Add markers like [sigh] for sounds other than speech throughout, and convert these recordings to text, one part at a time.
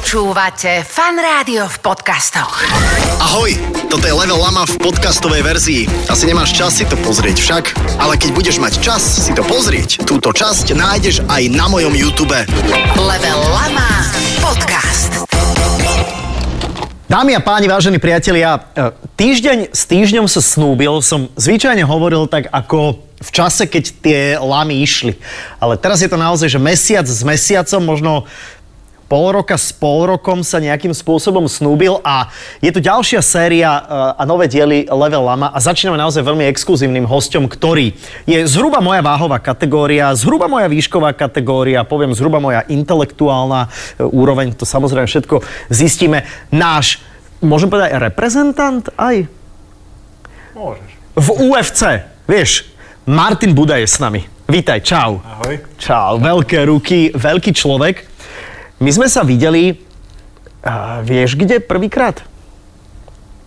Počúvate Fan Rádio v podcastoch. Ahoj, toto je Level Lama v podcastovej verzii. Asi nemáš čas si to pozrieť však, ale keď budeš mať čas si to pozrieť, túto časť nájdeš aj na mojom YouTube. Level Lama Podcast. Dámy a páni, vážení priatelia, e, týždeň s týždňom sa snúbil, som zvyčajne hovoril tak ako v čase, keď tie lamy išli. Ale teraz je to naozaj, že mesiac s mesiacom, možno pol roka s pol rokom sa nejakým spôsobom snúbil a je tu ďalšia séria e, a nové diely Level Lama a začíname naozaj veľmi exkluzívnym hosťom, ktorý je zhruba moja váhová kategória, zhruba moja výšková kategória, poviem zhruba moja intelektuálna e, úroveň, to samozrejme všetko zistíme. Náš, môžem povedať, reprezentant aj? Môžeš. v UFC, vieš, Martin Buda je s nami. Vítaj, čau. Ahoj. Čau, veľké ruky, veľký človek. My sme sa videli, a vieš kde, prvýkrát?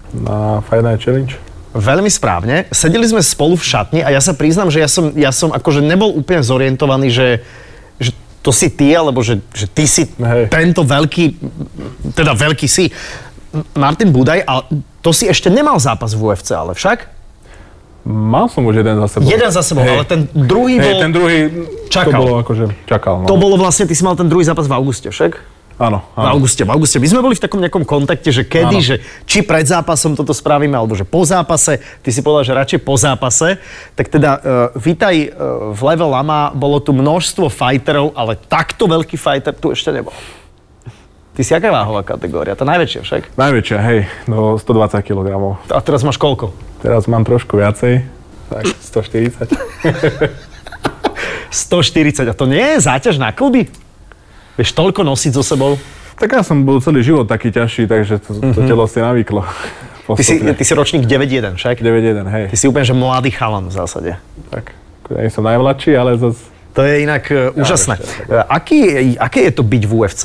Na Fight Night Challenge? Veľmi správne. Sedeli sme spolu v šatni a ja sa priznam, že ja som, ja som akože nebol úplne zorientovaný, že, že to si ty, alebo že, že ty si Hej. tento veľký, teda veľký si. Martin Budaj, a to si ešte nemal zápas v UFC, ale však? Mal som už jeden za sebou. Jeden za sebou, ale ten druhý Hej, bol- ten druhý, Čakal. to bolo akože, čakal. No. To bolo vlastne, ty si mal ten druhý zápas v auguste, však? Áno, V áno. auguste, v auguste. My sme boli v takom nejakom kontakte, že kedy, Áno. že či pred zápasom toto spravíme, alebo že po zápase. Ty si povedal, že radšej po zápase. Tak teda, uh, vítaj uh, v Level Lama. Bolo tu množstvo fighterov, ale takto veľký fighter tu ešte nebol. Ty si aká váhová kategória? Tá najväčšia však. Najväčšia, hej, do 120 kg. A teraz máš koľko? Teraz mám trošku viacej, tak [laughs] 140. 140. A to nie je záťaž na kluby? Vieš, toľko nosiť so sebou? tak ja som bol celý život taký ťažší, takže to, to telo si navyklo. Mhm. Ty si, Postupne. ty si ročník 9-1 však? 9-1, hej. Ty si úplne, že mladý chalan v zásade. Tak, ja nie som najmladší, ale zase To je inak e, úžasné. ešte, E, Aký, aké je to byť v UFC?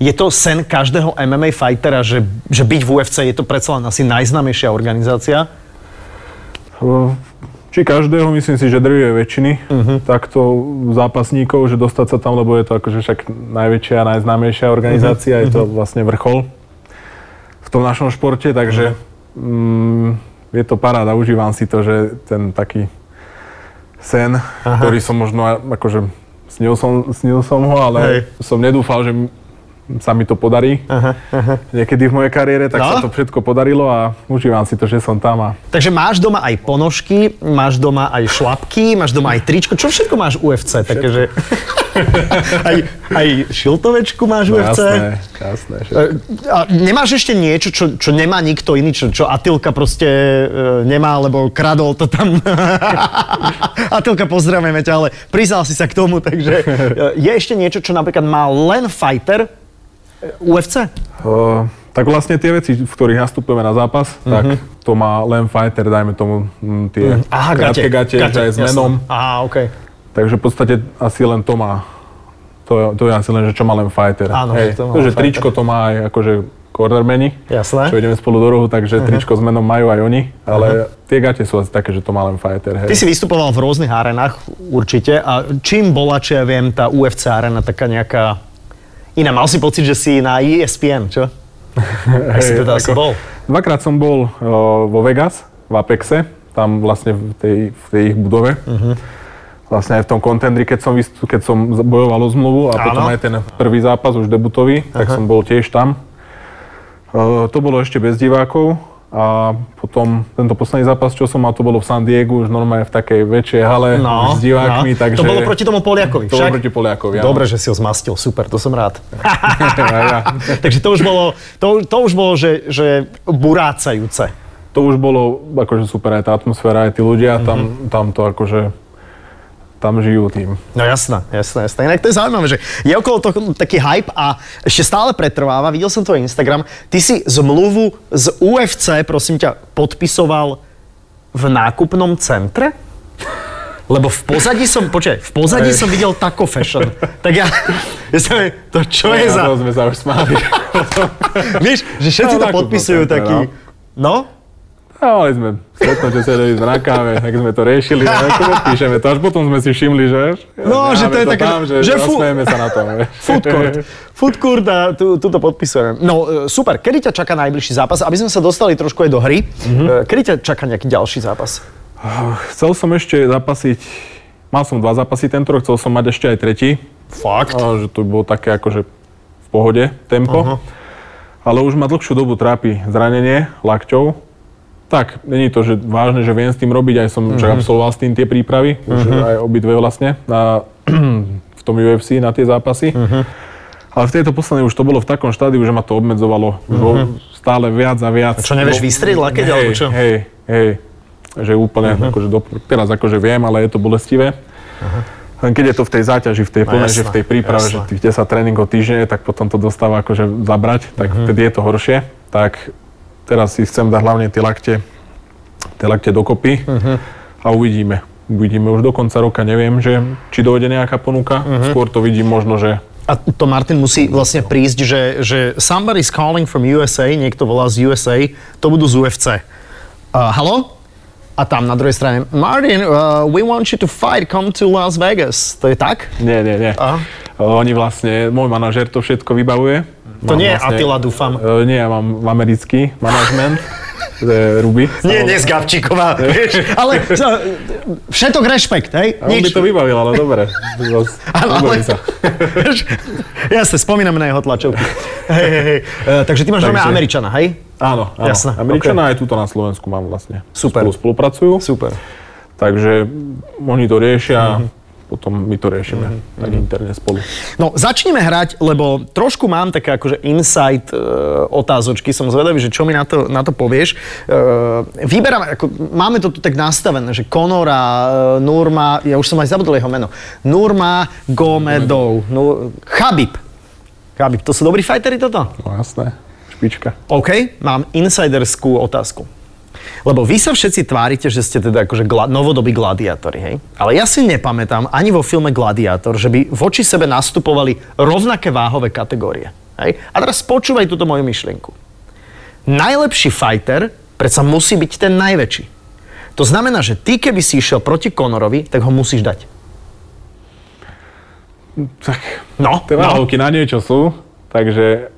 Je to sen každého MMA fightera, že, že byť v UFC je to predsa len asi najznámejšia organizácia? či každého, myslím si, že drvie väčšiny Mhm. takto zápasníkov, že dostať sa tam, lebo je to akože však najväčšia a najznámejšia Mhm. organizácia, je to vlastne vrchol v tom našom športe, takže Mhm. mm, je to paráda, užívam si to, že ten taký sen, ktorý som možno aj- akože snil som, snil som ho, ale Hej. som nedúfal, že m- sa mi to podarí niekedy v mojej kariére, tak No. sa to všetko podarilo a užívam si to, že som tam a Takže máš doma aj ponožky, máš doma aj šlapky, máš doma aj tričko. Čo všetko máš UFC? Také, [laughs] že... [laughs] aj, aj šiltovečku máš No, UFC? jasné, jasné. že- E, A nemáš ešte niečo, čo, čo nemá nikto iný, čo, čo Atilka proste e, nemá, lebo kradol to tam. [laughs] Atilka, pozdravujeme ťa, ale priznal si sa k tomu, takže e, je ešte niečo, čo napríklad má len fighter e, UFC? Uh, tak vlastne tie veci, v ktorých nastupujeme na zápas, Mhm. mm-hmm. tak to má len fighter, dajme tomu m, tie mm. krátke gate, že aj s jasné. menom. Aha, okej. Takže v podstate asi len to má. To, je- to je asi len, že čo má len fighter. Áno, že Hej. to má to, len že tričko to má aj akože cornermeni, Jasné. Mhm. čo ideme spolu do rohu, takže tričko s menom majú aj oni, ale tie gate sú asi také, že to má len fighter. Hej. Ty si vystupoval v rôznych arenách určite a čím bola, čo ja viem, tá UFC arena taká nejaká iná? Mal si pocit, že si na E ESPN, [laughs] čo? Ak si teda asi bol. Dvakrát som bol eh, vo Vegas, v Apexe, tam vlastne v tej, v tej ich budove. Mhm. Vlastne aj v tom kontendri, keď som, vyst- keď som z- bojoval o Áno. zmluvu a Mhm. potom aj ten prvý zápas, už debutový, tak som bol tiež tam. Eh, to bolo ešte bez divákov a potom tento posledný zápas, čo som mal, to bolo v San Diegu, už normálne v takej väčšej hale No, už s divákmi, no. takže... To bolo proti tomu Poliakovi, To bolo však? proti Poliakovi, áno. Dobre, že si ho zmastil, super, to som rád. Aj [laughs] ja. [laughs] Takže to už bolo, to, to už bolo že, že burácajúce. to už bolo akože super aj tá atmosféra, aj tí ľudia tam, Mhm. tam to akože, tam žijú tým. No jasné, jasné, jasné. Inak to je zaujímavé, že je okolo toho taký hype a ešte stále pretrváva. Videl som tvoj Instagram. Ty si zmluvu z UFC, prosím ťa, podpisoval v nákupnom centre? Lebo v pozadí som, počkaj, v pozadí Hej. som videl Taco Fashion. Tak ja, ja som, to čo je Na za... No, to sme sa už smáli. [laughs] Vieš, že všetci to No, nákupnom podpisujú centre, taký... No? A mali sme stretnutie, sedeli sme na káve, tak sme to riešili, no, akože píšeme to, až potom sme si všimli, že... No, že to je také- Tam, že, že že fu- sa na tom. vieš. Food court. Food court a tu, tu to podpisujem. No e, super, kedy ťa čaká najbližší zápas? Aby sme sa dostali trošku aj do hry. Mhm. Mm-hmm. Kedy ťa čaká nejaký ďalší zápas? Chcel som ešte zapasiť, mal som dva zápasy tento rok, chcel som mať ešte aj tretí, Fakt. ale že to bolo také akože v pohode tempo. Ale už ma dlhšiu dobu trápi zranenie lakťov. Tak, není to, že vážne, že viem s tým robiť, aj som však absolvoval s tým tie prípravy, už aj obidve vlastne, na, [clears throat] v tom UFC na tie zápasy. Ale v tejto poslednej už to bolo v takom štádiu, že ma to obmedzovalo už vo- stále viac a viac. Čo nevieš Bo- vystrieť lakeť, No. hej, alebo čo? Hej, hej, že úplne, Mhm. akože do, teraz akože viem, ale je to bolestivé. Len keď je to v tej záťaži, v tej No plnej, jasné, že v tej príprave, jasné. že tých 10 tréningov týždenne, tak potom to dostáva akože zabrať, tak Mhm. vtedy je to horšie. Tak teraz si chcem dať hlavne tie lakte, tie lakte dokopy Mhm. a uvidíme. Uvidíme už do konca roka, neviem, že či dojde nejaká ponuka. Mhm. Skôr to vidím možno, že A to Martin musí vlastne prísť, že, že somebody's calling from USA, niekto volá z USA, to budú z UFC. Uh, halo? A tam na druhej strane, Martin, uh, we want you to fight, come to Las Vegas. To je tak? nie, nie, nie. Aha. Oni vlastne, môj manažer to všetko vybavuje. To nie je Attila, dúfam. E, nie, ja mám americký manažment, to je Ruby. Nie, nie z [laughs] Gabčíková, vieš, ale za- všetok rešpekt, hej? A on by to vybavil, ale dobre. Zas- Áno, [laughs] ale... Nebojím sa. Vieš, Jasne, spomíname na jeho [laughs] tlačovky. Hej, hej, hej. E, takže ty máš Takže- normálne Američana, hej? Áno, áno. Jasné, Američana aj túto na Slovensku mám vlastne. Super. Spolu spolupracujú, Super. Mhm. takže oni to riešia, potom my to riešime tak interne spolu. No, začneme hrať, lebo trošku mám také akože insight e, otázočky, som zvedavý, že čo mi na to, na to povieš. E, vyberám, ako, máme to tu tak nastavené, že Konora, e, Nurma, ja už som aj zabudol jeho meno, Nurma Gomedov, Nur, Chabib. Chabib, to sú dobrí fajteri toto? No jasné, špička. OK, mám insiderskú otázku. Lebo vy sa všetci tvárite, že ste teda akože gla- novodobí gladiátori, hej? Ale ja si nepamätám ani vo filme Gladiátor, že by voči sebe nastupovali rovnaké váhové kategórie. Hej? A teraz počúvaj túto moju myšlienku. Najlepší fighter predsa musí byť ten najväčší. To znamená, že ty keby si išiel proti Conorovi, tak ho musíš dať. Tak, teda No, tie no. náhodky na niečo sú, takže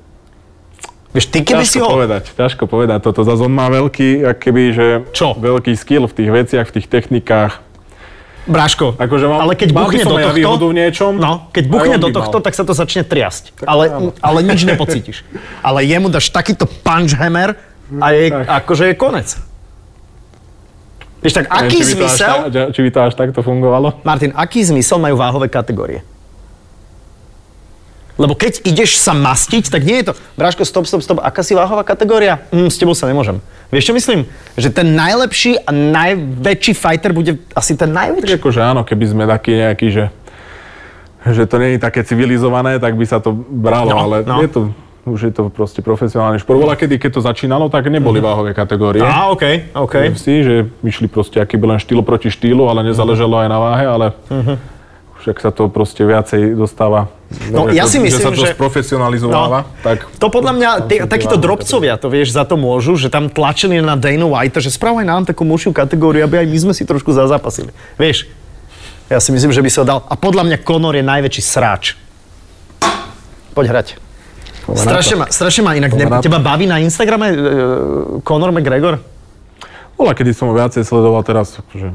Vieš, ty keby ťažko si ho... povedať, ťažko povedať toto. Zase on má veľký, akoby, že Čo? veľký skill v tých veciach, v tých technikách. Bráško, Akože mám- ale keď mal by buchne som do aj ja tohto, výhodu v niečom, no, keď aj buchne on do by tohto, mal. tak sa to začne triasť. ale, ale nič nepocítiš. [laughs] Ale jemu dáš takýto punch hammer a je, Tak. akože je konec. Vieš tak, Neviem, aký či by to až zmysel, tak- či by to až takto fungovalo? Martin, aký zmysel majú váhové kategórie? Lebo keď ideš sa mastiť, tak nie je to, Bráško, stop, stop, stop, aká si váhová kategória? Mm, s tebou sa nemôžem. Vieš, čo myslím? Že ten najlepší a najväčší fighter bude asi ten najväčší. Tak akože áno, keby sme takí nejakí, že, že to nie je také civilizované, tak by sa to bralo, No, ale no. je to, už je to proste profesionálny šport. Bola kedy, keď to začínalo, tak neboli Mhm. váhové kategórie. Á, OK, OK. Si, že išli proste aký by len štýl proti štýlu, ale nezáležalo aj na váhe, ale Mhm. však sa to proste viacej dostáva. No, ja si myslím, že... sa to že- sprofesionalizováva, No. tak To podľa mňa, Tam teda- tí, sú tie takíto váhy, drobcovia to vieš, za to môžu, že tam tlačili na Dana White, že správaj nám takú mušiu kategóriu, aby aj my sme si trošku zazapasili. Vieš, ja si myslím, že by sa dal. A podľa mňa Conor je najväčší sráč. Poď hrať. Poďme na to. Strašne ma, strašne ma inak, ne, Poďme na to. teba baví na Instagrame uh, Conor McGregor? Bola, kedy som ho viacej sledoval, teraz akože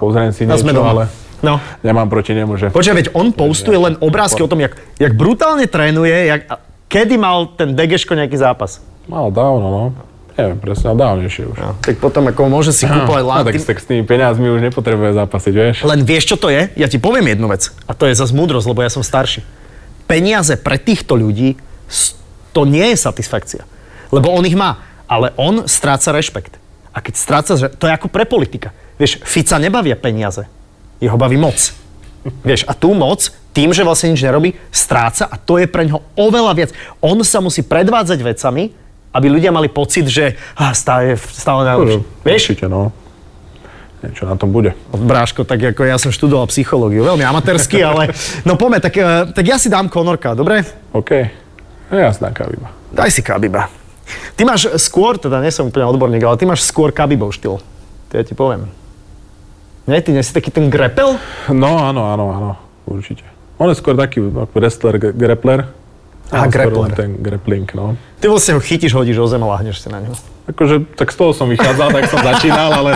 pozriem si A niečo, sme doma. ale No. nemám proti nemu, že... Počkaj, veď on postuje len obrázky o tom, jak, jak brutálne trénuje, jak, a kedy mal ten Degeško nejaký zápas. Mal dávno, no. Neviem, presne, ale dávnejšie už. Tak potom ako môže No, si kúpovať Á, lán. tak, tak s tými peniazmi už nepotrebuje zápasiť, vieš. Len vieš, čo to je? Ja ti poviem jednu vec. A to je zase múdrosť, lebo ja som starší. Peniaze pre týchto ľudí, s- to nie je satisfakcia. Lebo on ich má. Ale on stráca rešpekt. A keď stráca, že- to je ako pre politika. Vieš, Fica nebavia peniaze. Jeho baví moc. Vieš, a tú moc, tým, že vlastne nič nerobí, stráca a to je pre ňoho oveľa viac. On sa musí predvádzať vecami, aby ľudia mali pocit, že ah, stále, stále najlepší. Vieš? Určite, no. Niečo na tom bude. Bráško, tak ako ja som študoval psychológiu, veľmi [laughs] amatérsky, ale no poďme, tak, e, tak ja si dám Konorka, dobre? OK. No, Jasná kaviba. Daj si Kabiba. Ty máš skôr, teda nie som úplne odborník, ale ty máš skôr kabibov štýl. To ja ti poviem. Nie, ty nie si taký ten grepel? No áno, áno, áno, určite. On je skôr taký no, wrestler, gre- grappler. Á, On skôr grappler. len Ten grappling, no. Ty vlastne ho chytíš, hodíš o zem a lahneš si na ňo. Akože, tak z toho som vychádzal, tak som začínal, [laughs] ale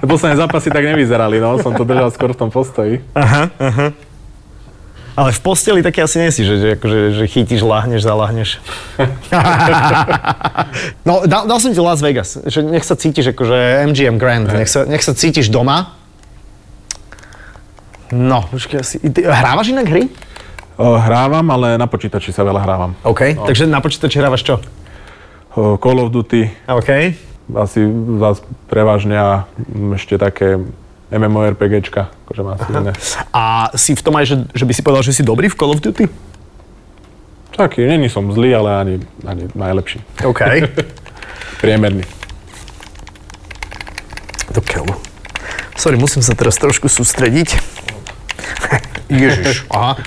posledné zápasy tak nevyzerali, no. Som to držal skôr v tom postoji. Aha, aha. Ale v posteli taký asi nie si, že, že, akože, že chytíš, lahneš, zalahneš. [laughs] no, dal, dal som ti Las Vegas, že nech sa cítiš akože MGM Grand, nech sa, nech sa cítiš doma. No, počkaj, asi... i Ty, hrávaš inak hry? O, Eh, Hrávam, ale na počítači sa veľa hrávam. OK. No. Takže na počítači hrávaš čo? O, Call of Duty, OK. asi vás prevažne a mm, ešte také MMORPGčka, akože má asi [laughs] iné. A si v tom aj, že, že by si povedal, že si dobrý v Call of Duty? Taký, není som zlý, ale ani, ani najlepší. OK. [laughs] Priemerný. Do keľu. Sorry, musím sa teraz trošku sústrediť. [laughs] Ježiš. Aha.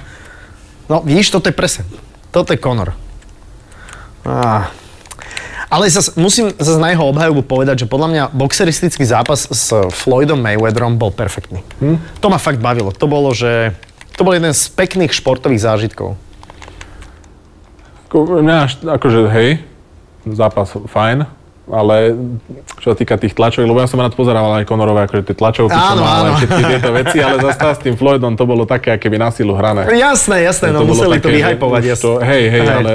No, vidíš, toto je presen. Toto je Conor. Á. Ale zas, musím zase na jeho obhajobu povedať, že podľa mňa boxeristický zápas s Floydom Mayweatherom bol perfektný. Hm? To ma fakt bavilo. To bolo, že... To bol jeden z pekných športových zážitkov. Ako, Mňa až, akože, hej, zápas fajn, ale čo sa týka tých tlačov, lebo ja som rád pozerával aj Konorové, akože tie tlačovky, čo Áno, áno. mal, aj všetky tieto veci, [laughs] ale zase s tým Floydom to bolo také, aké by na silu hrané. Jasné, jasné, no bolo museli to také, že vyhajpovať. už jasné. To, hej, hej, Hej. ale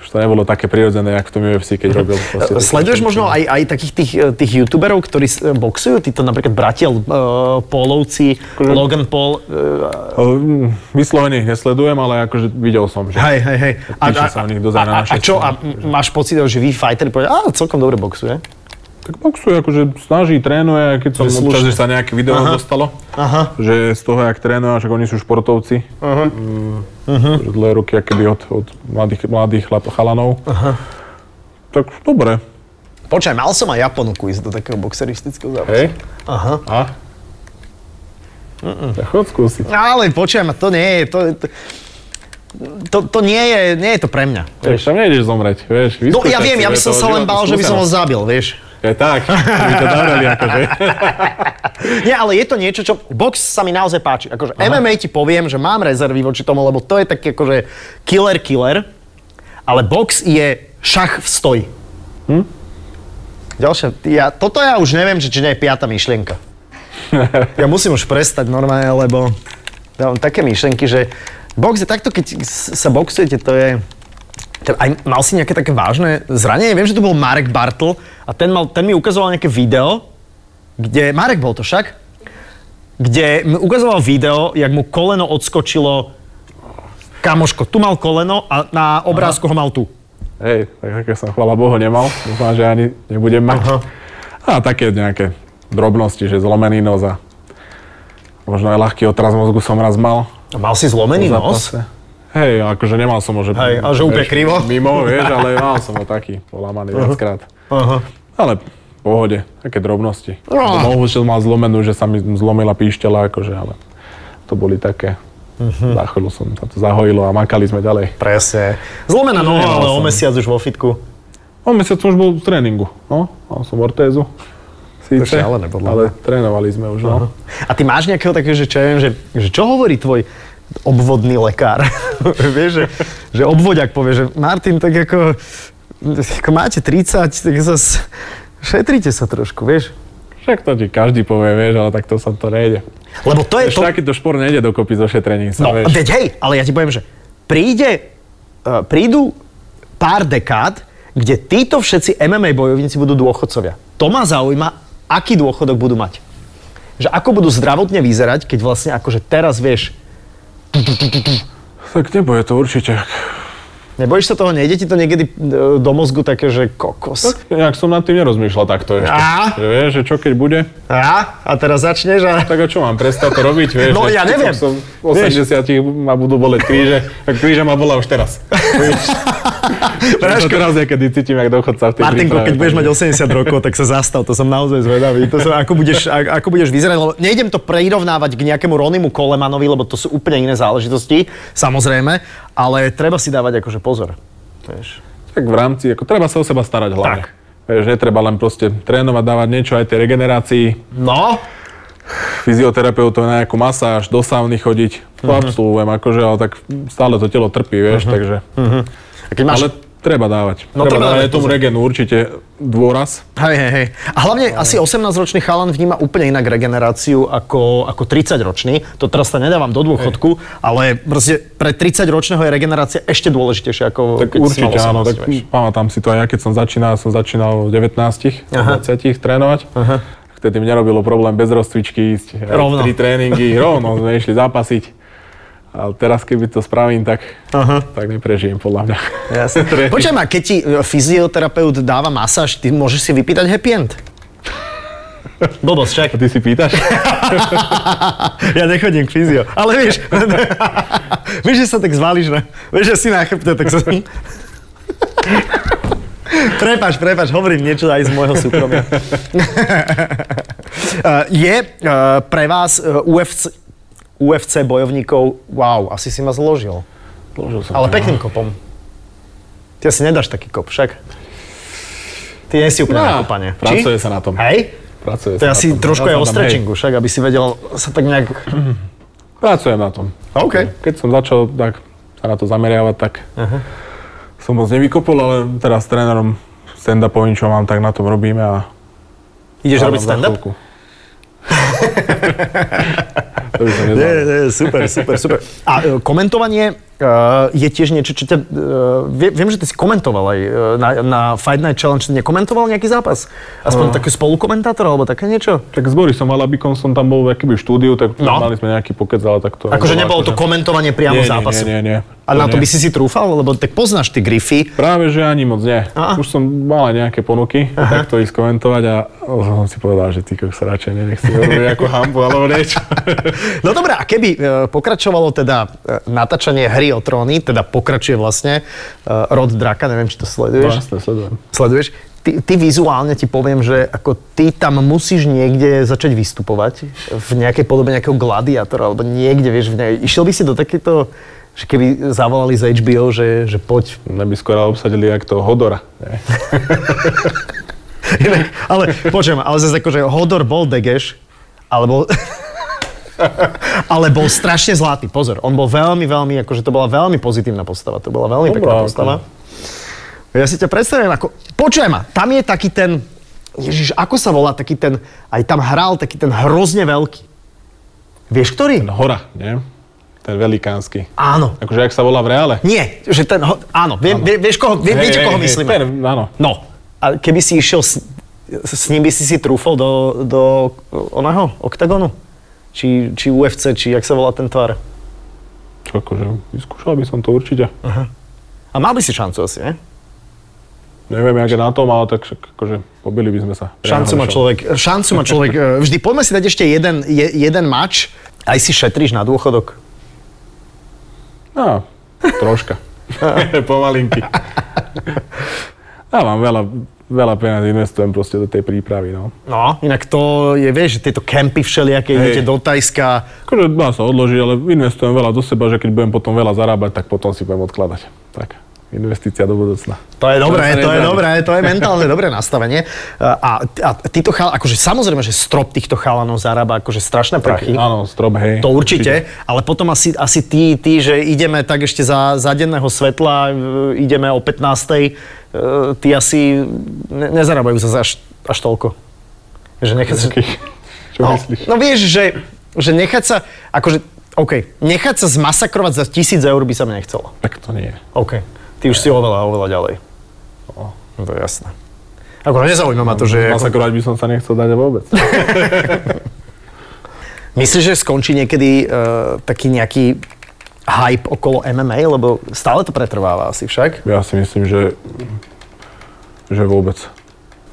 už to nebolo také prirodzené, jak v tom UFC, keď robil. proste tie Mhm. Sleduješ tlačovky. možno aj, aj takých tých, eh, tých youtuberov, ktorí s- eh, boxujú? Títo napríklad bratia uh, Paulovci, Logan Paul. Uh, O, mm, Vyslovene ich nesledujem, ale akože videl som, že... hej, hej, hej. A, Píše sa o nich a, dozaj na a, a našej čo? A m- strane. máš pocit, že vy fighteri povedia, a celkom dobre boxuje. Tak boxuje, akože snaží, trénuje, a keď som To je občas, slušné. že sa nejaké video Aha. dostalo, Aha. že z toho, jak trénuje, že oni sú športovci, uh-huh. Mhm. že dlhé ruky akéby od, od mladých, mladých chlap- chalanov, Aha. tak dobre. Počkaj, mal som aj ja ponuku ísť do takého boxeristického zápasu. Hej. Aha. A? Tak chod skúsiť. Ale počkaj ma, to nie je, to, to, to, to nie, je, nie je to pre mňa. Vieš, tam nejdeš zomrieť, vieš. No ja vyskúšaj viem, si, ja by je som to sa len životná bál, že by som ho skúsenosť. zabil, vieš. Je tak, [laughs] by to zavreli akože. [laughs] Nie, ale je to niečo, čo... Box sa mi naozaj páči. Akože MMA ti poviem, že mám rezervy voči tomu, lebo to je taký akože killer killer, ale box je šach v stoji. Hm? Ďalšia, ja, toto ja už neviem, že či nie je piata myšlienka. Ja musím už prestať normálne, lebo ja mám také myšlienky, že box je takto, keď s- sa boxujete, to je... Te- Aj mal si nejaké také vážne zranenie? Viem, že to bol Marek Bartl a ten, mal, ten mi ukazoval nejaké video, kde, Marek bol to však, kde mi ukazoval video, jak mu koleno odskočilo, kamoško, tu mal koleno a na obrázku ho mal tu. Hej, tak také som chvala Bohu nemal, dúfam, že ani nebudem mať. A také nejaké drobnosti, že zlomený nos a možno aj ľahký otraz mozgu som raz mal. A mal si zlomený po nos? zápase. Hej, akože nemal som ho, že... Hej, ale že úplne vieš, krivo? Mimo, vieš, ale mal som ho taký, polamaný viackrát. Aha. Ale v pohode, také drobnosti. Ah. Mohu, že mal zlomenú, že sa mi zlomila píšťala, akože, ale to boli také. Mhm. Za chvíľu som sa to zahojilo a makali sme ďalej. Presne. No, Zlomená noha, Nemal ale o som. mesiac už vo fitku. O mesiac som už bol v tréningu, no, mal som ortézu. Síce, šialené, podľa ale trénovali sme už, no. A ty máš nejakého takého, že čo ja viem, že, že čo hovorí tvoj obvodný lekár? [laughs] Vieš, že, že obvodiak povie, že Martin, tak ako, ako máte 30, tak zase šetrite sa trošku, vieš? Však to ti každý povie, vieš, ale takto sa to nejde. Lebo to je E, Ešte to... takýto špor nejde dokopy so šetrením sa, No, vieš. veď hej, ale ja ti poviem, že príde, uh, prídu pár dekád, kde títo všetci MMA bojovníci budú dôchodcovia. To ma zaujíma, aký dôchodok budú mať. Že ako budú zdravotne vyzerať, keď vlastne akože teraz vieš, Tak nebude to určite. nebojíš sa toho, nejde ti to niekedy e, do mozgu také, že kokos. Jak som nad tým nerozmýšľal takto ešte. Á. Že vieš, že čo keď bude, A, a teraz začneš a... tak a čo mám prestať to robiť, vieš? No, že ja keď neviem. Som v 80 ma budú boleť kríže, tak kríža ma bola už teraz. [laughs] Vieš, to teraz niekedy cítim, jak dochodca v tej Martinko, príprave, keď budeš takže- mať 80 rokov, tak sa zastav, to som naozaj zvedavý. To som, ako, budeš, a- ako budeš vyzerať, lebo nejdem to prirovnávať k nejakému Ronimu Kolemanovi, lebo to sú úplne iné záležitosti, samozrejme, ale treba si dávať akože pozor. Vieš. tak v rámci, ako treba sa o seba starať hlavne. Tak. Vieš, netreba len proste trénovať, dávať niečo aj tej regenerácii, No, fyzioterapeutov na nejakú masáž, do sauny chodiť. Mhm. To absolvujem, akože, ale tak stále to telo trpí, vieš, takže... a keď máš... Ale treba dávať. Mhm. No, treba treba dávať dávať aj tomu pozor. regenu určite dôraz. Hej, hej, hej. A hlavne asi 18-ročný chalan vníma úplne inak regeneráciu ako, ako 30-ročný. To teraz sa nedávam do dôchodku, ale proste pre 30-ročného je regenerácia ešte dôležitejšia ako Tak keď si mal určite áno, 18, tak vieš. pamätám si to aj ja, keď som začínal, som začínal v 19 Aha. 20 trénovať. Vtedy mi nerobilo problém bez rozcvičky ísť. aj Rovno. Tri [laughs] tréningy, rovno sme išli zápasiť. Ale teraz, keby to spravím, tak, Aha. tak neprežijem podľa mňa. [laughs] Jasne. Tréning. Počkaj ma, keď ti e, fyzioterapeut dáva masáž, ty môžeš si vypýtať happy end? Blbosť, čak. A ty si pýtaš? Ja nechodím k fyzio. Ale vieš, vieš, že sa tak zvalíš na... Vieš, že si na chrbte, tak sa... Prepač, prepač, hovorím niečo aj z môjho súkromia. Eh, Je eh, pre vás eh, UFC, UFC bojovníkov, wow, asi si ma zložil. Zložil som Ale to, pekným kopom. Ty si nedáš taký kop, však? Ty nie si úplne No, na kopanie. Či? pracuje sa na tom. Hej? Pracuje To je sa asi na tom. trošku Ja aj sa o tam, hej, stretchingu, však, aby si vedel sa tak [clears throat] nejak... Pracujem na tom. OK. Keď som začal tak sa na to zameriavať, tak som moc nevykopol, ale teraz s trénerom stand-upovým, čo mám, tak na tom robíme a Ideš Áno, robiť za stand-up? chvíľku. [laughs] to by som Nie, neznal. nie, super, super, super. A e, komentovanie e, je tiež niečo, čo ťa... e, vie- viem, že ty si komentoval aj e, na, na Fight Night Challenge, ty nekomentoval nejaký zápas? Mm. Aspoň taký spolukomentátor alebo také niečo? Tak s Borisom Alabikom som tam bol v akýby štúdiu, tak No. mali sme nejaký pokec, ale tak to... Akože nebolo to komentovanie priamo nie, zápasu. Nie, nie, nie. A na to nie. by si si trúfal, lebo tak poznáš ty Griffy. Práve, že ani moc nie. Aha. Už som mal aj nejaké ponuky, Aha. tak to ísť komentovať a [laughs] o, som si povedal, že ty kokos sa radšej nenechci robiť nejakú hambu alebo niečo. [laughs] No dobré, a keby e, pokračovalo teda e, natáčanie hry o tróny, teda pokračuje vlastne e, Rod Draka, neviem, či to No, sleduješ. jasne, sledujem. Sleduješ? Ty, ty vizuálne ti poviem, že ako ty tam musíš niekde začať vystupovať v nejakej podobe nejakého gladiátora, alebo niekde, vieš, v nej. Išiel by si do takéto, že keby zavolali z HBO, že, že poď. Mne by skoro obsadili jak toho Hodora. Nie? Inak, ale počujem, ale zase akože Hodor bol degeš, alebo... [laughs] ale bol strašne zlatý, pozor. On bol veľmi, veľmi, akože to bola veľmi pozitívna postava. To bola akože- veľmi pekná Dobrá, ako- postava. Ja si ťa predstavujem ako... Počujem ma, tam je taký ten... Ježiš, ako sa volá taký ten... Aj tam hral taký ten hrozne veľký. Vieš, ktorý? Ten Hora, nie? Ten velikánsky. Áno. Akože, jak sa volá v reále? Nie, že ten... ho- Áno, vie, Vie, vieš, koho, vie, Hej, viete, hej, koho hej, myslíme. Ten, áno. No. A keby si išiel s, s ním, by si si trúfol do, do oného oktagonu? Či, či UFC, či jak sa volá ten tvár. Čo, akože, vyskúšal by som to určite. A mal by si šancu asi, ne? Neviem, jak je na tom, ale tak však, akože, pobili by sme sa. Šancu má človek, šancu má človek eh, vždy. Poďme si dať ešte jeden, je, jeden mač. Aj si šetríš na dôchodok. No, [laughs] troška. Pomalinky. Ja mám veľa, veľa peniaz investujem proste do tej prípravy, no. No, inak to je, vieš, že tieto kempy všelijaké, Hej. idete do Tajska. Akože dá sa odložiť, ale investujem veľa do seba, že keď budem potom veľa zarábať, tak potom si budem odkladať. Tak, investícia do budúcna. To je sa dobré, to je nedá. dobré, to je mentálne dobré nastavenie. E, A, a títo chal, akože samozrejme, že strop týchto chalanov zarába akože strašné prachy. Áno, strop, hej. To určite, ale potom asi, asi ty, ty, že ideme tak ešte za, za denného svetla, e, ideme o 15. e, Ty asi ne, nezarábajú sa až, až toľko. Že nechať sa... [laughs] Čo No, myslíš? no vieš, že, že nechať sa, akože, OK, nechať sa zmasakrovať za tisíc eur by sa mi nechcelo. Tak to nie. OK. Ty už si oveľa, oveľa ďalej. No to je jasné. No, Ako nezaujíma ma to, že... Masakrovať by som sa nechcel dať vôbec. No. Myslíš, že skončí niekedy uh, taký nejaký hype okolo MMA, lebo stále to pretrváva asi však? [laughs] Ja si myslím, že, že vôbec.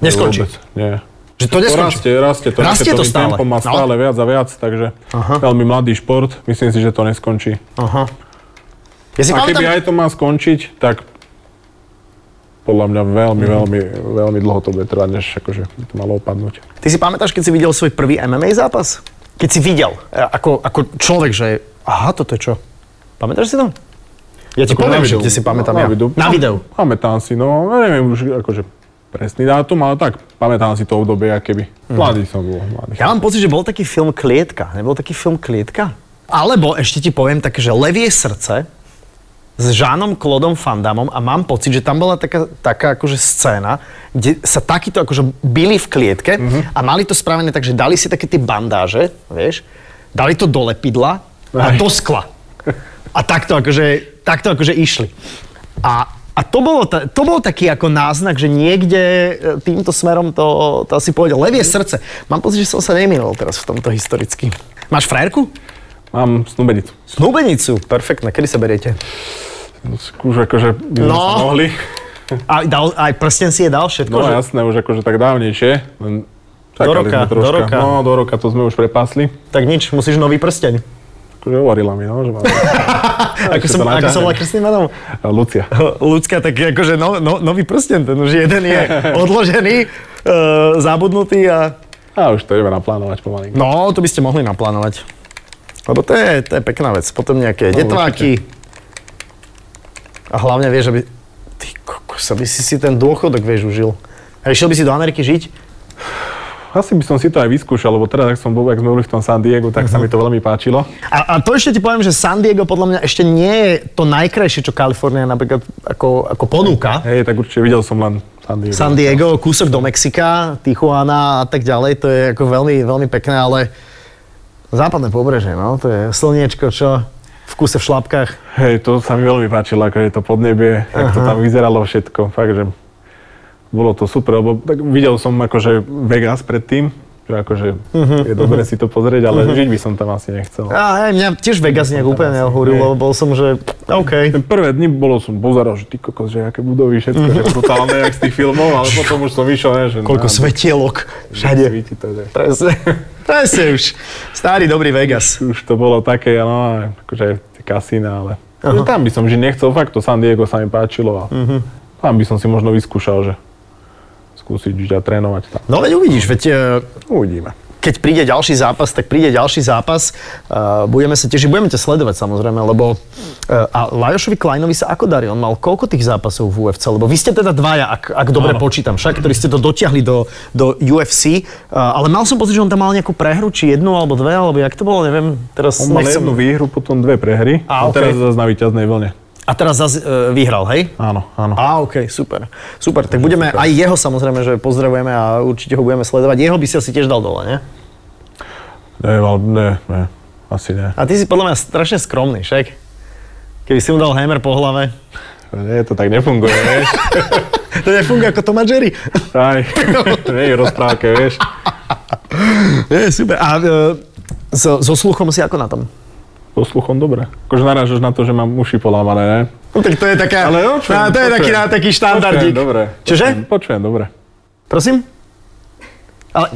Neskončí. Vôbec, nie. Že to neskončí. Rastie, rastie to. Rastie to raketovým stále. Tempom má No. stále viac a viac, takže Aha. veľmi mladý šport, myslím si, že to neskončí. Aha. Ja si A keby pamätám, aj to má skončiť, tak podľa mňa veľmi, veľmi, veľmi dlho to bude trvať, než akože by to malo opadnúť. Ty si pamätáš, keď si videl svoj prvý MMA zápas? Keď si videl, e, ako, ako človek, že aha, toto je čo? Pamätáš si to? Ja ti poviem, že kde si pamätám ja. No. Na videu. Pamätám si, no ja neviem už akože presný dátum, ale tak pamätám si to obdobie, aké by. Mhm. Mladý som bol, mladý. Ja mám pocit, že bol taký film Klietka. Nebol taký film Klietka? Alebo ešte ti poviem také, že Levie srdce s Žánom Klodom Fandamom a mám pocit, že tam bola taká, taká akože scéna, kde sa takýto akože byli v klietke a mali to spravené tak, že dali si také tie bandáže, vieš, dali to do lepidla a Aj. do skla. A takto akože, takto akože išli. A, a to, bolo ta, to bol taký ako náznak, že niekde e, týmto smerom to, to asi pôjde. Levie srdce. Mám pocit, že som sa nemýlil teraz v tomto historicky. Máš frajerku? Mám snúbenicu. Snúbenicu. Perfektné. Kedy sa beriete? Už akože by sme No. sa mohli. A dal, aj prsten si je dal všetko? No že? jasné, už akože tak dávnejšie. Len čakali roka, sme troška. do roka. No, do roka to sme už prepasli. Tak nič, musíš nový prsteň. Akože hovorila mi, no, že mám... [laughs] Ako Ešte som, to ako som naťahnem. volá krstným menom? Lucia. Ľudská, tak akože no, no, nový prsten, ten už jeden [laughs] je odložený, e, zabudnutý a... A už to ideme naplánovať pomaly. No, to by ste mohli naplánovať. Lebo to je, to je pekná vec. Potom nejaké No, detváky. A hlavne vieš, aby... Ty kokos, aby si si ten dôchodok, vieš, užil. A išiel by si do Ameriky žiť? Asi by som si to aj vyskúšal, lebo teraz, ak som bol, ak sme boli v tom San Diego, tak sa mi to veľmi páčilo. A, a to ešte ti poviem, že San Diego podľa mňa ešte nie je to najkrajšie, čo Kalifornia napríklad ako, ako ponúka. Hej, tak určite videl som len San Diego. San Diego, kúsok do Mexika, Tijuana a tak ďalej, to je ako veľmi, veľmi pekné, ale západné pobrežie, no, to je slniečko, čo v kuse v šlapkách. Hej, to sa mi veľmi páčilo, ako je to podnebie, ako to tam vyzeralo všetko. Fakt, že bolo to super, lebo tak videl som akože Vegas predtým, že akože je dobre si to pozrieť, ale žiť by som tam asi nechcel. Mhm, A aj mňa tiež Vegas nejak úplne neohúrilo, bol som, že OK. Ten prvé dni bolo som pozeral, že ty kokos, že aké budovy, všetko, že brutálne, jak z tých filmov, ale potom už som išiel, ne, že... Mhm. Koľko na- svetielok všade. svíti to, že... Presne, presne už. Starý dobrý Vegas. Už to bolo také, no, akože tie kasína, ale... Že tam by som že nechcel, fakt to San Diego sa mi páčilo a tam by som si možno vyskúšal, že skúsiť žiť a trénovať tam. No veď uvidíš, veď e, Uvidíme. keď príde ďalší zápas, tak príde ďalší zápas. Uh, budeme sa tešiť, budeme ťa sledovať samozrejme, lebo uh, a Lajošovi Kleinovi sa ako darí? On mal koľko tých zápasov v UFC? Lebo vy ste teda dvaja, ak, ak dobre Áno. počítam, však, ktorí ste to dotiahli do, do UFC, uh, ale mal som pocit, že on tam mal nejakú prehru, či jednu, alebo dve, alebo jak to bolo, neviem, teraz On mal jednu výhru, potom dve prehry Á, a, okej. teraz zase na víťaznej vlne. A teraz zase uh, vyhral, hej? Áno, áno. Á, OK, super. Super, tak budeme aj jeho samozrejme, že pozdravujeme a určite ho budeme sledovať. Jeho by si asi tiež dal dole, nie? Ne, ale ne, ne, asi ne. A ty si podľa mňa strašne skromný, však? Keby si mu dal hammer po hlave. Nie, to tak [laughs] nefunguje, vieš. [laughs] To nefunguje ako Tom a Jerry. Aj, nie je rozprávke, vieš. [laughs] Je, super. A e, so, so sluchom si ako na tom? So sluchom dobre. Akože narážaš na to, že mám uši polámané, ne? No, tak to je taká... Ale počujem, á, to je počujem. taký, á, taký štandardík. Počujem, dobre. Čože? Počujem, Počujem, dobre. Prosím? [laughs] Ale...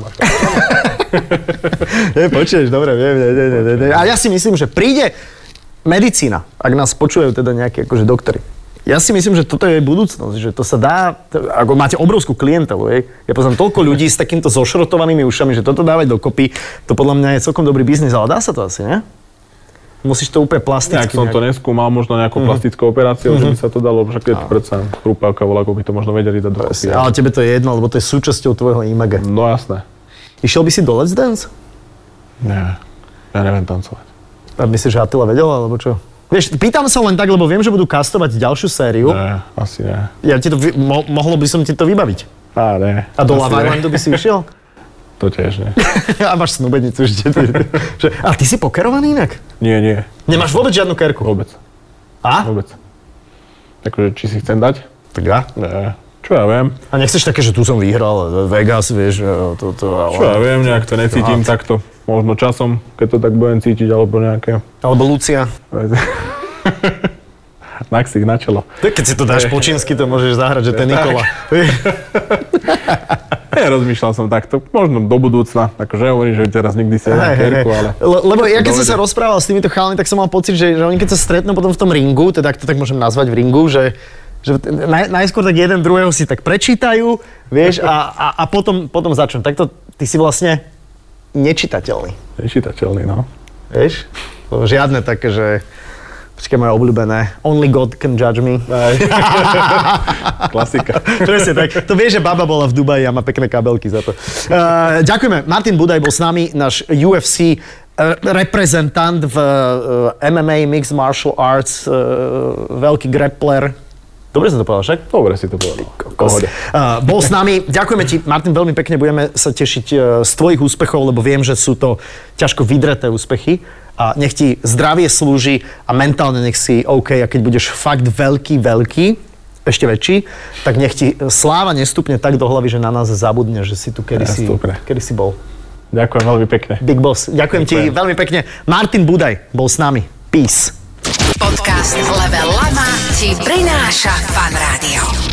Nie, počuješ, dobre, viem, nie, nie, nie, nie, nie. A ja si myslím, že príde medicína, ak nás počujú teda nejakí akože doktory. Ja si myslím, že toto je budúcnosť, že to sa dá, to- ako máte obrovskú klientelu, hej. Ja poznám toľko ľudí s takýmto zošrotovanými ušami, že toto dávať dokopy, to podľa mňa je celkom dobrý biznis, ale dá sa to asi, ne? Musíš to úplne plasticky. Nejak som to neskúmal, možno Mhm. nejakou plastickou operáciou, že by sa to dalo, že keď predsa krúpavka volá, ako by to možno vedeli dať do kopy. Ale tebe to je jedno, lebo to je súčasťou tvojho image. No jasné. Išiel by si do Let's Dance? Nie, ja neviem tancovať. A myslíš, že Attila vedela, alebo čo? Vieš, pýtam sa len tak, lebo viem, že budú kastovať ďalšiu sériu. Nie, asi nie. Ja ti to, vy- mo- mohlo by som ti to vybaviť. Á, nie. A do Asi Love nie. Islandu by si išiel? To tiež nie. [laughs] a máš snúbenicu ešte. Ty, ty. Že- A ty si pokerovaný inak? Nie, nie. Nemáš vôbec žiadnu kerku? Vôbec. A? Vôbec. Takže, či si chcem dať? Tak ja. Nie. Čo ja viem? A nechceš také, že tu som vyhral, Vegas, vieš, e, toto, to, ale... Čo ja viem, nejak to necítim takto. Možno časom, keď to tak budem cítiť, alebo nejaké... [laughs] Alebo Lucia. Naksik na čelo. Tak keď si to [laughs] dáš po čínsky, to môžeš zahrať, že to je Nikola. Ja rozmýšľal som takto, možno do budúcna, akože hovorím, že teraz nikdy si na kerku, ale... Le- lebo ja keď som sa Dovede. rozprával s týmito chalami, tak som mal pocit, že, že oni keď sa stretnú potom v tom ringu, teda ak to tak môžem nazvať v ringu, že, že t- naj, najskôr tak jeden druhého si tak prečítajú, vieš, a, a, a potom, potom začnú. Takto ty si vlastne nečitateľný, Nečitateľný, no. vieš? Lebo žiadne také, že Počkaj, moje obľúbené. Only God can judge me. [laughs] Aj. Klasika. Presne tak. To vie, že baba bola v Dubaji a má pekné kabelky za to. Uh, ďakujeme. Martin Budaj bol s nami, náš UFC eh, reprezentant v eh, MMA, Mixed Martial Arts, eh, veľký grappler. Dobre som to povedal, však? Dobre si to povedal. V Pohode. Uh, bol s nami. Ďakujeme ti, Martin, veľmi pekne. Budeme sa tešiť eh, z tvojich úspechov, lebo viem, že sú to ťažko vydreté úspechy. A nech ti zdravie slúži a mentálne nech si OK. A keď budeš fakt veľký, veľký, ešte väčší, tak nech ti sláva nestupne tak do hlavy, že na nás zabudne, že si tu kedysi, Nestupne. kedysi bol. Ďakujem veľmi pekne. Big Boss, ďakujem, ti Ďakujem. veľmi pekne. Martin Budaj bol s nami. Peace. Podcast Level Lama ti prináša Fan Rádio.